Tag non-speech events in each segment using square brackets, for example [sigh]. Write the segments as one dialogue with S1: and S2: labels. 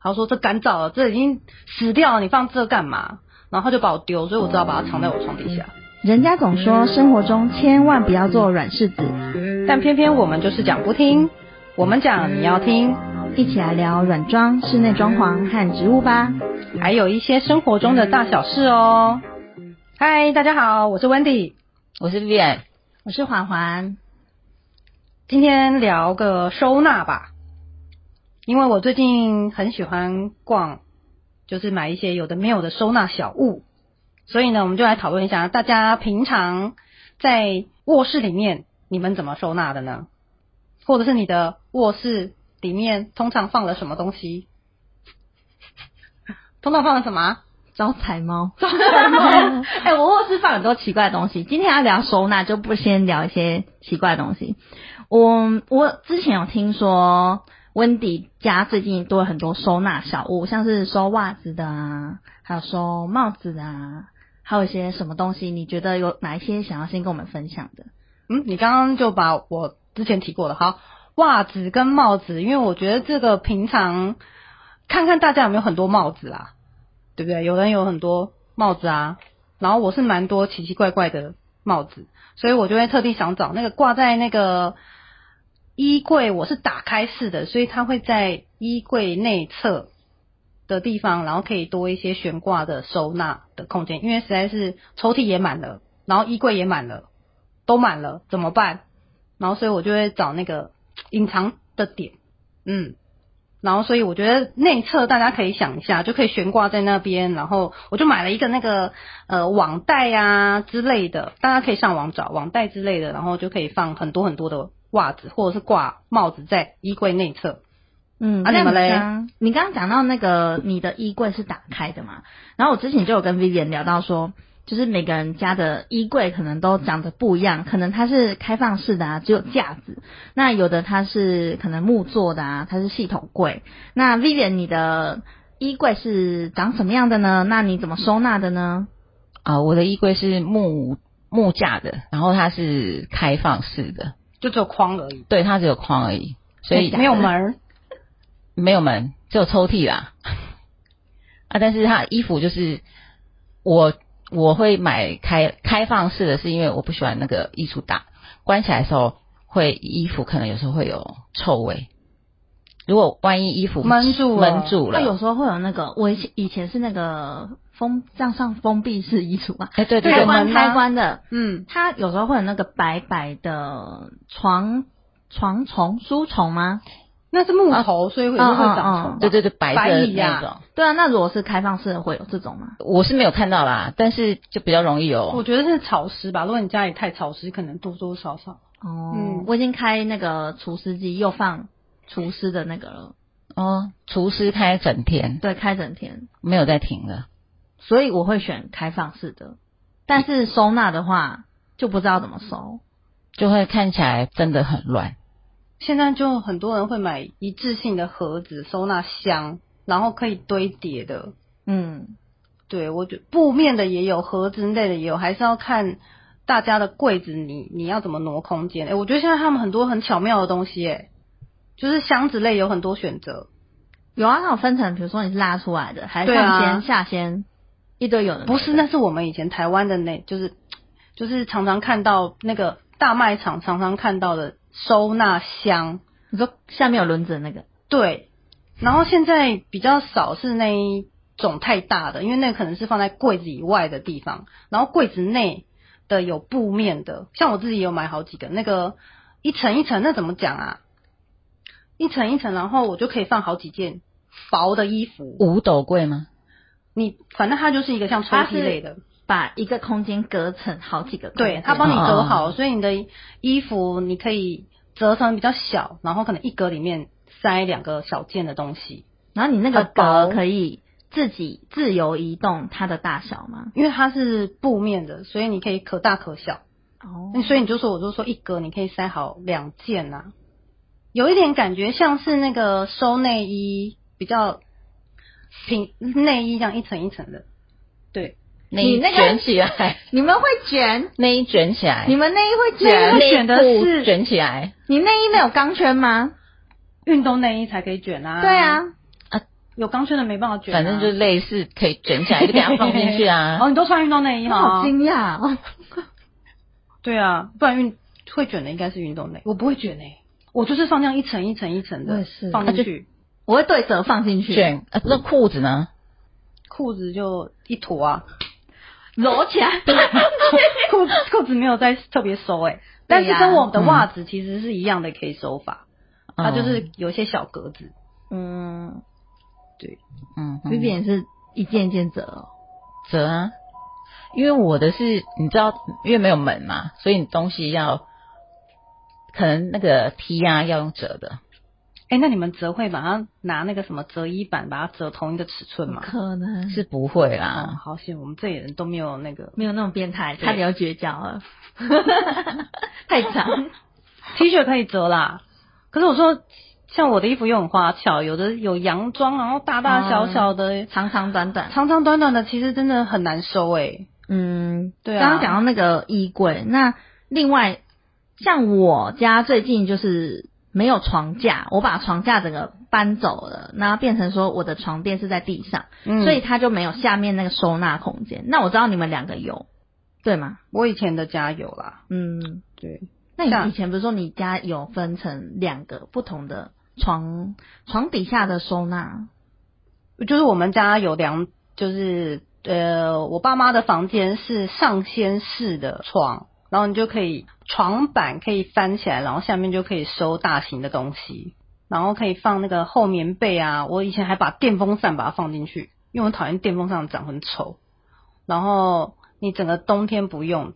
S1: 他说这干燥了，这已经死掉了，你放这干嘛？然后他就把我丢，所以我只好把它藏在我床底下。
S2: 人家总说生活中千万不要做软柿子，
S1: 但偏偏我们就是讲不听，我们讲你要听，
S2: 一起来聊软装、室内装潢和植物吧。
S1: 还有一些生活中的大小事哦。嗨，大家好，我是 Wendy，
S3: 我是 Vivian，
S2: 我是环环，
S1: 今天聊个收纳吧，因为我最近很喜欢逛，就是买一些有的没有的收纳小物，所以呢，我们就来讨论一下，大家平常在卧室里面你们怎么收纳的呢？或者是你的卧室里面通常放了什么东西？通常放了什么啊？
S3: 招财猫。
S2: 哎、我卧室放很多奇怪的东西。今天要聊收纳，就不先聊一些奇怪的东西。我我之前有听说温迪家最近多了很多收纳小物，像是收袜子的啊，还有收帽子的啊，还有一些什么东西？你觉得有哪一些想要先跟我们分享的？
S1: 嗯，你刚刚就把我之前提过的，好，袜子跟帽子，因为我觉得这个平常看看大家有没有很多帽子啦，对不对？有人有很多帽子啊，然后我是蛮多奇奇怪怪的帽子，所以我就会特地想找那个挂在那个衣柜，我是打开式的，所以它会在衣柜内侧的地方，然后可以多一些悬挂的收纳的空间，因为实在是抽屉也满了，然后衣柜也满了。都满了怎么办？然后所以我就会找那个隐藏的点，嗯，然后所以我觉得内侧大家可以想一下，就可以悬挂在那边。然后我就买了一个那个呃网袋啊之类的，大家可以上网找网袋之类的，然后就可以放很多很多的袜子或者是挂帽子在衣柜内侧。
S2: 嗯，
S1: 啊
S2: 那
S1: 你们嘞
S2: 刚你刚刚讲到那个你的衣柜是打开的嘛？然后我之前就有跟 Vivian 聊到说，就是每个人家的衣柜可能都长得不一样，可能它是开放式的啊，只有架子；那有的它是可能木做的啊，它是系统柜。那 Vivian 你的衣柜是长什么样的呢？那你怎么收纳的呢？
S3: 啊、我的衣柜是木木架的，然后它是开放式的，
S1: 就只有框而已，哎
S3: 对，它只有框而已，所以
S2: 假的
S1: 没有门儿，
S3: 没有门，只有抽屉啦。啊，但是它的衣服就是我我会买开开放式的，是因为我不喜欢那个衣橱大关起来的时候，会衣服可能有时候会有臭味。如果万一衣服
S1: 闷住了
S3: 闷住
S2: 它有
S3: 了，
S2: 时候会有那个，我以前以前是那个封这样上封闭式衣橱嘛，
S3: 哎、对对
S2: 开
S3: 对，
S2: 关
S1: 门吗
S2: 开关的，
S1: 嗯，
S2: 它有时候会有那个白白的床床虫、书虫吗？
S1: 那是木头，
S3: 啊
S1: 所以会也是会长虫吧。
S3: 对对对，白
S1: 白
S3: 色的
S1: 蚁呀
S3: 那种。
S2: 对啊，那如果是开放式的，会有这种吗？
S3: 我是没有看到啦，但是就比较容易有
S1: 我觉得是潮湿吧。如果你家里太潮湿，可能多多少少。
S2: 哦，
S1: 嗯
S2: 我已经开那个除湿机，又放除湿的那个了，
S3: 哦，厨师开整天
S2: 对，开整天，
S3: 没有在停的，
S2: 所以我会选开放式的。但是收纳的话，就不知道怎么收。
S3: 就会看起来真的很乱。
S1: 现在就很多人会买一致性的盒子、收纳箱，然后可以堆叠的。
S2: 嗯，
S1: 对我觉布面的也有，盒子类的也有，还是要看大家的柜子你你要怎么挪空间。哎，我觉得现在他们很多很巧妙的东西，哎，就是箱子类有很多选择。
S2: 有啊，那种分层，比如说你是拉出来的，还是
S1: 对啊
S2: 上掀、下掀，一堆有的没的
S1: 不是，那是我们以前台湾的那，就是就是常常看到那个大卖场常常看到的收纳箱，
S2: 你说下面有轮子的那个，
S1: 对，然后现在比较少是那一种太大的，因为那个可能是放在柜子以外的地方，然后柜子内的有布面的，像我自己有买好几个，那个一层一层，那怎么讲啊？一层一层，然后我就可以放好几件薄的衣服。
S3: 五斗柜吗？
S1: 你反正它就是一个像抽
S2: 它
S1: 屉
S2: 是
S1: 类的，
S2: 把一个空间隔成好几个空间，
S1: 对，它帮你
S3: 哦
S1: 折好，所以你的衣服你可以折成比较小，然后可能一格里面塞两个小件的东西。
S2: 然后你那个
S1: 很薄
S2: 格可以自己自由移动它的大小吗？
S1: 因为它是布面的，所以你可以可大可小。
S2: 哦
S1: 那所以你就说，我就说一格你可以塞好两件呐、有一点感觉像是那个收内衣，比较平内衣这样一层一层的。对，
S3: 那一
S2: 你那个
S3: 卷起来，
S2: 你们会卷，
S3: [laughs] 那一卷起来，啊
S2: 你们内衣
S1: 内
S2: 会
S1: 衣
S2: 卷，
S1: 会卷的
S3: 内裤
S1: 是
S3: 卷起来
S2: 你内衣没有钢圈吗？
S1: 运动内衣才可以卷啊。
S2: 对，啊，
S1: 有钢圈的没办法卷啊、
S3: 反正就是类似可以卷起来，就给它放进去啊。 [laughs]
S1: 哦，你都穿运动内衣
S2: 你
S1: 哈
S2: 好？惊讶哦！
S1: 对啊，不然运会卷的应该是运动内，我不会卷诶、我就是放这样一层一层一层
S2: 我也
S1: 的
S2: 是
S1: 放进去，
S2: 我会对折放进去，
S3: 卷，呃那裤子呢？
S1: 裤子就一坨啊，
S2: 揉起来。
S1: [laughs] 裤裤子没有再特别收诶、但是
S2: 对呀
S1: 跟我的袜子其实是一样的，可以收法，它就
S3: 嗯
S1: 是有一些小格子。
S2: 嗯
S3: 嗯嗯
S2: v i v i 是一件一件折哦。
S3: 折啊，因为我的是你知道，因为没有门嘛，所以你东西要可能那个梯啊要用折的，
S1: 哎、那你们折会把它拿那个什么折衣板把它折同一个尺寸
S2: 不
S1: 吗？
S2: 可能
S3: 是不会
S1: 哦，
S3: 啦。
S1: 好险，我们这里人都没有那个
S2: 没有那种变态，
S1: 对
S2: 差点要绝交了，太长。
S1: [laughs] T 恤可以折啦。可是我说，像我的衣服又很花俏，有的有洋装，然后大大小小的、
S2: 长长短短。
S1: 长长短短的，其实真的很难收欸诶、
S2: 嗯，
S1: 对啊
S2: 刚刚讲到那个衣柜，那另外像我家最近就是没有床架，我把床架整个搬走了，那变成说我的床垫是在地上，
S1: 嗯
S2: 所以它就没有下面那个收纳空间。那我知道你们两个有，对吗？
S1: 我以前的家有啦，
S2: 嗯，
S1: 对，
S2: 那
S1: 像
S2: 你以前不是说你家有分成两个不同的床床底下的收纳？
S1: 就是我们家有两，就是呃，我爸妈的房间是上掀式的床，然后你就可以床板可以翻起来，然后下面就可以收大型的东西，然后可以放那个厚棉被啊。我以前还把电风扇把它放进去，因为我讨厌电风扇长很丑。然后你整个冬天不用，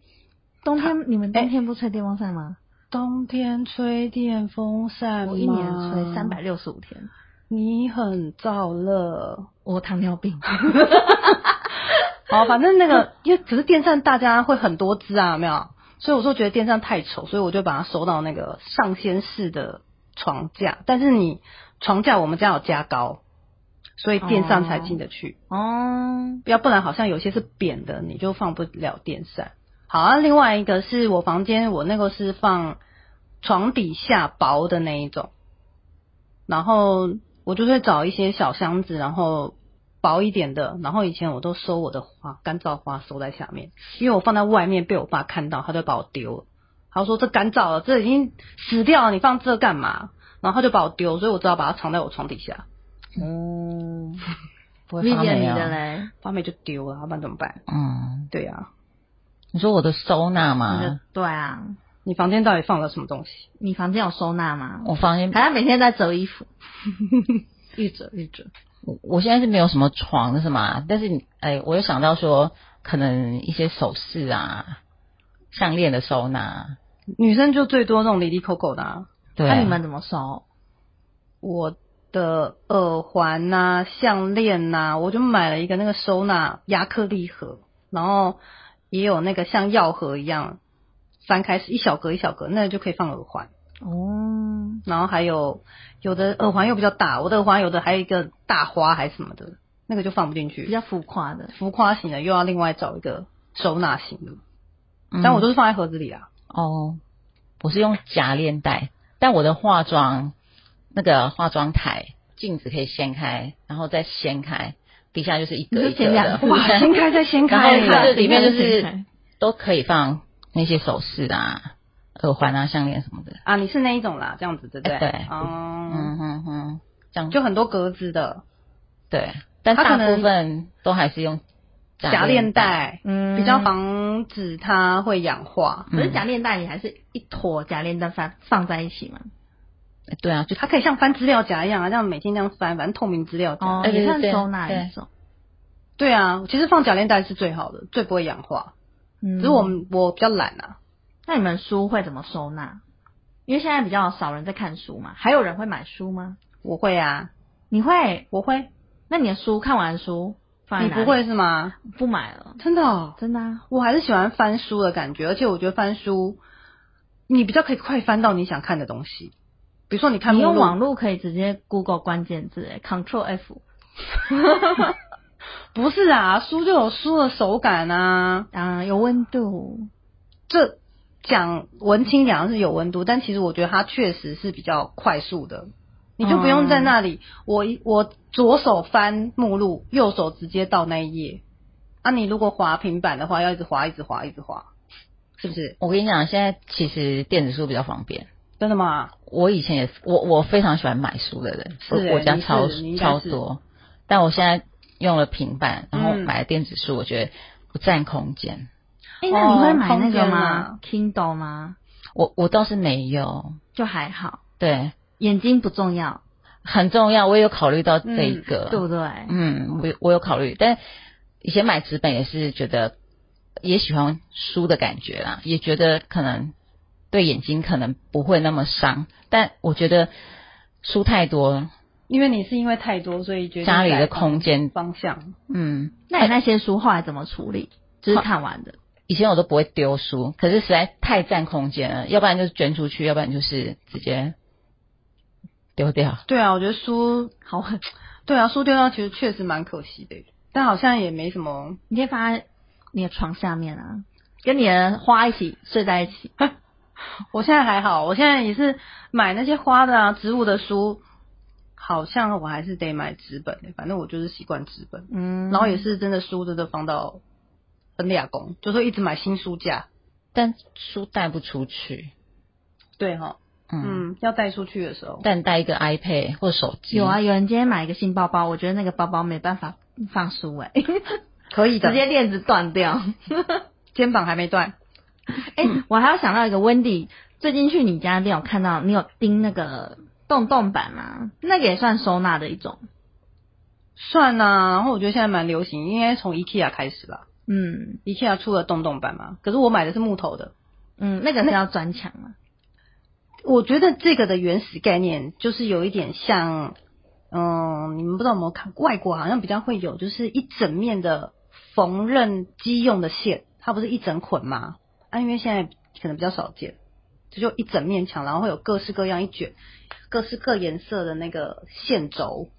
S2: 冬天你们
S1: 哎
S2: 冬天不吹电风扇吗？
S1: 冬天吹电风扇吗
S2: 我一年吹三百，六十五天，
S1: 你很燥热。
S2: 我糖尿病。
S1: [laughs] 好，哦反正那个，因为可是电扇大家会很多只啊，有没有？所以我说觉得电扇太丑，所以我就把它收到那个上掀式的床架。但是你床架我们家有加高，所以电扇才进得去，
S2: 哦，
S1: 要不然好像有些是扁的，你就放不了电扇。好啊，另外一个是我房间，我那个是放床底下薄的那一种，然后我就会找一些小箱子，然后薄一点的，然后以前我都收我的花，干燥花收在下面，因为我放在外面被我爸看到，他就把我丢了，他说这干燥了，这已经死掉了，你放这干嘛？然后他就把我丢，所以我只好把它藏在我床底下，
S3: 嗯， [laughs] 不会
S2: v i
S3: 发
S2: v i
S3: 霉
S2: 你的
S3: 啊。
S2: 嘞，
S1: 发霉就丢了，要不然怎么办？
S3: 嗯，
S1: 对啊呀、
S3: 你说我的收纳
S2: 你的
S3: 嘛，
S2: 对啊，
S1: 你房间到底放了什么东西？
S2: 你房间有收纳吗？
S3: 我房间
S2: 还要每天在折衣 [laughs] 服，一折一折。
S3: 我我现在是没有什么床是吗？但是你哎，我又想到说，可能一些首饰啊、项链的收纳，
S1: 女生就最多那种离离扣扣的、啊，
S3: 对啊，
S2: 那你们怎么收？
S1: 我的耳环呐、项链呐、我就买了一个那个收纳亚克力盒，然后也有那个像药盒一样翻开是一小格一小格，那个就可以放耳环。
S2: 哦，
S1: 然后还有有的耳环又比较大，我的耳环有的还有一个大花还是什么的，那个就放不进
S2: 比
S1: 去。
S2: 较浮夸的。
S1: 浮夸型的又要另外找一个收纳型的，
S3: 嗯
S1: 但我都是放在盒子里啊。
S3: 哦，我是用假链带，但我的化妆那个化妆台镜子可以掀开，然后再掀开，底下就是一
S2: 你
S3: 格
S2: 是
S3: 一
S2: 前
S3: 格
S2: 两
S3: 的
S2: 个，
S1: 哇，掀开再掀
S3: [laughs] 然后
S1: 开，
S3: 它这里面就
S2: 里面是谁
S3: 是 [laughs] 都可以放那些首饰啊、耳环啊、项链什么的。
S1: 啊，你是那一种啦，这样子对不对？
S3: 哎对
S1: 哦、
S3: 嗯哼哼，这样就
S1: 就很多格子的
S3: 对，但
S1: 它可
S3: 大
S1: 能
S3: 部分都还是用
S1: 假链。带，
S2: 嗯
S1: 比较。防止它会氧化。
S2: 可是假链带你还是一坨假链带放放在一起嘛？
S3: 对啊，就
S1: 它可以像翻资料夹一样啊，这样每天这样翻，反正透明资料夹。
S2: 哦，
S3: 对对
S2: 也算
S3: 对
S2: 收纳
S3: 对
S2: 一种。
S1: 对啊，其实放假链带是最好的，最不会氧化。
S2: 嗯
S1: 只是我们我比较懒啊，
S2: 那你们书会怎么收纳？因为现在比较少人在看书嘛，还有人会买书吗？
S1: 我会啊，
S2: 你会？
S1: 我会，
S2: 那你的书看完书放在
S1: 你
S2: 哪里
S1: 不会是吗？
S2: 不买了？
S1: 真的、哦，
S2: 真的啊？
S1: 我还是喜欢翻书的感觉，而且我觉得翻书，你比较可以快翻到你想看的东西。比如说你看
S2: 你
S1: 目
S2: 用
S1: 录，
S2: 网络可以直接 Google 关键字、c t r l F
S1: 不是啊，书就有书的手感啊。
S2: 啊、有温度。
S1: 这讲文青讲是有温度，但其实我觉得它确实是比较快速的。你就不用
S3: 嗯
S1: 在那里，我一我左手翻目录，右手直接到那一页。啊，你如果滑平板的话，要一直滑，一直滑，一直滑，是不是？
S3: 我跟你讲，现在其实电子书比较方便。
S1: 真的吗？
S3: 我以前也是，我我非常喜欢买书的人，
S1: 是
S3: 我
S1: 欸
S3: 我家
S1: 你是
S3: 超
S1: 你应该
S3: 超
S1: 是
S3: 多，但我现在用了平板，然后
S1: 嗯
S3: 买了电子书，我觉得不占空间。
S2: 哎、那你会
S1: 哦
S2: 买那
S1: 空
S2: 个
S1: 间
S2: 吗
S1: 啊
S2: ？Kindle 吗？
S3: 我我倒是没有，
S2: 就还好，
S3: 对，
S2: 眼睛不重要，
S3: 很重要，我也有考虑到这一
S1: 嗯
S3: 个，
S2: 对不对？
S3: 嗯，我有我有考虑，但以前买纸本也是觉得也喜欢书的感觉啦，也觉得可能对眼睛可能不会那么伤，但我觉得书太多，
S1: 因为你是因为太多，所以决定
S3: 家里
S1: 改
S3: 的
S1: 方
S3: 空间，
S1: 方向。
S3: 嗯，
S2: 那你那些书后来怎么处理？就是看完的，
S3: 以前我都不会丢书，可是实在太占空间了，要不然就是捐出去，要不然就是直接丢掉。
S1: 对啊，我觉得书，
S2: 好狠！
S1: [laughs] 对啊，书丢掉其实确实蛮可惜的，但好像也没什么。
S2: 你可以放在你的床下面啊，跟你的花一起睡在一起。
S1: 我现在还好，我现在也是买那些花的啊、植物的书，好像我还是得买纸本的，反正我就是习惯纸本。
S2: 嗯
S1: 然后也是真的书真的放到很俩工，就说一直买新书架。
S3: 但书带不出去，
S1: 对哈、
S3: 嗯，
S1: 嗯，要带出去的时候，
S3: 但带一个 iPad 或手机，
S2: 有啊，有人今天买一个新包包，我觉得那个包包没办法放书哎、
S1: 可以的。
S2: [laughs] 直接链子断掉。
S1: 肩膀还没断，
S2: 哎、
S1: 嗯
S2: 我还有想到一个温迪，最近去你家店有看到你有钉那个洞洞板吗？那个也算收纳的一种。
S1: 算啦、然后我觉得现在蛮流行，应该从 IKEA 开始吧。
S2: 嗯
S1: IKEA 出了洞洞板嘛，可是我买的是木头的。
S2: 嗯，那个是要砖墙嘛。
S1: 我觉得这个的原始概念就是有一点像，嗯，你们不知道有没有看，外国好像比较会有，就是一整面的缝纫机用的线，它不是一整捆吗？啊，因为现在可能比较少见，这就一整面墙，然后会有各式各样一卷、各式各颜色的那个线轴，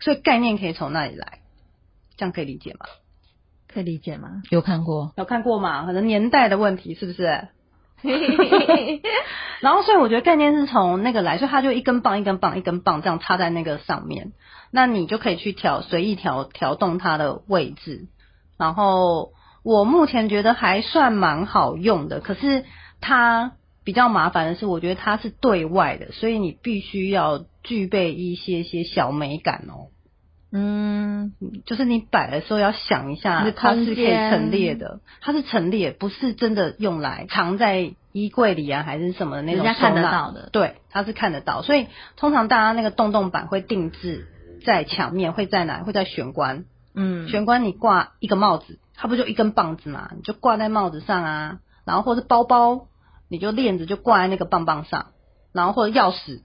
S1: 所以概念可以从那里来，这样可以理解吗？
S2: 可以理解吗？
S3: 有看过，
S1: 有看过吗？可能年代的问题是不是？ [laughs] 然后，所以我觉得概念是从那个来，所以它就一根棒、一根棒、一根棒这样插在那个上面，那你就可以去调随意调调动它的位置。然后我目前觉得还算蛮好用的，可是它比较麻烦的是，我觉得它是对外的，所以你必须要具备一些些小美感哦，
S2: 嗯，
S1: 就是你摆的时候要想一
S2: 你
S1: 下
S2: 的，
S1: 它
S2: 空
S1: 是可以
S2: 间
S1: 陈列的，它是陈列，不是真的用来藏在衣柜里啊，还是什么的那
S2: 人
S1: 种
S2: 家看得
S1: 收纳
S2: 到的。
S1: 对，它是看得到，所以通常大家那个洞洞板会定制在墙面，会在哪？会在玄关。
S2: 嗯，
S1: 玄关你挂一个帽子，它不就一根棒子嘛？你就挂在帽子上啊，然后或是包包，你就链子就挂在那个棒棒上，然后或者钥匙，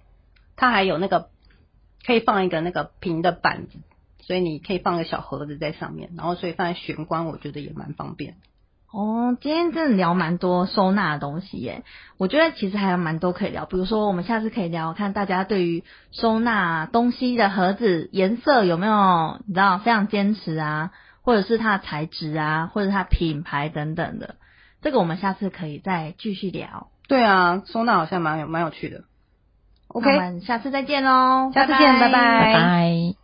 S1: 它还有那个可以放一个那个平的板子，所以你可以放个小盒子在上面，然后所以放在玄关，我觉得也蛮方便。
S2: 哦，今天真的聊蛮多收纳的东西耶，我觉得其实还有蛮多可以聊，比如说我们下次可以聊看大家对于收纳东西的盒子颜色有没有你知道非常坚持啊，或者是它的材质啊，或者它品牌等等的，这个我们下次可以再继续聊。
S1: 对啊，收纳好像蛮有蛮有趣的。OK，
S2: 那我们下次再见喽，
S1: 下次见拜拜
S3: 拜拜。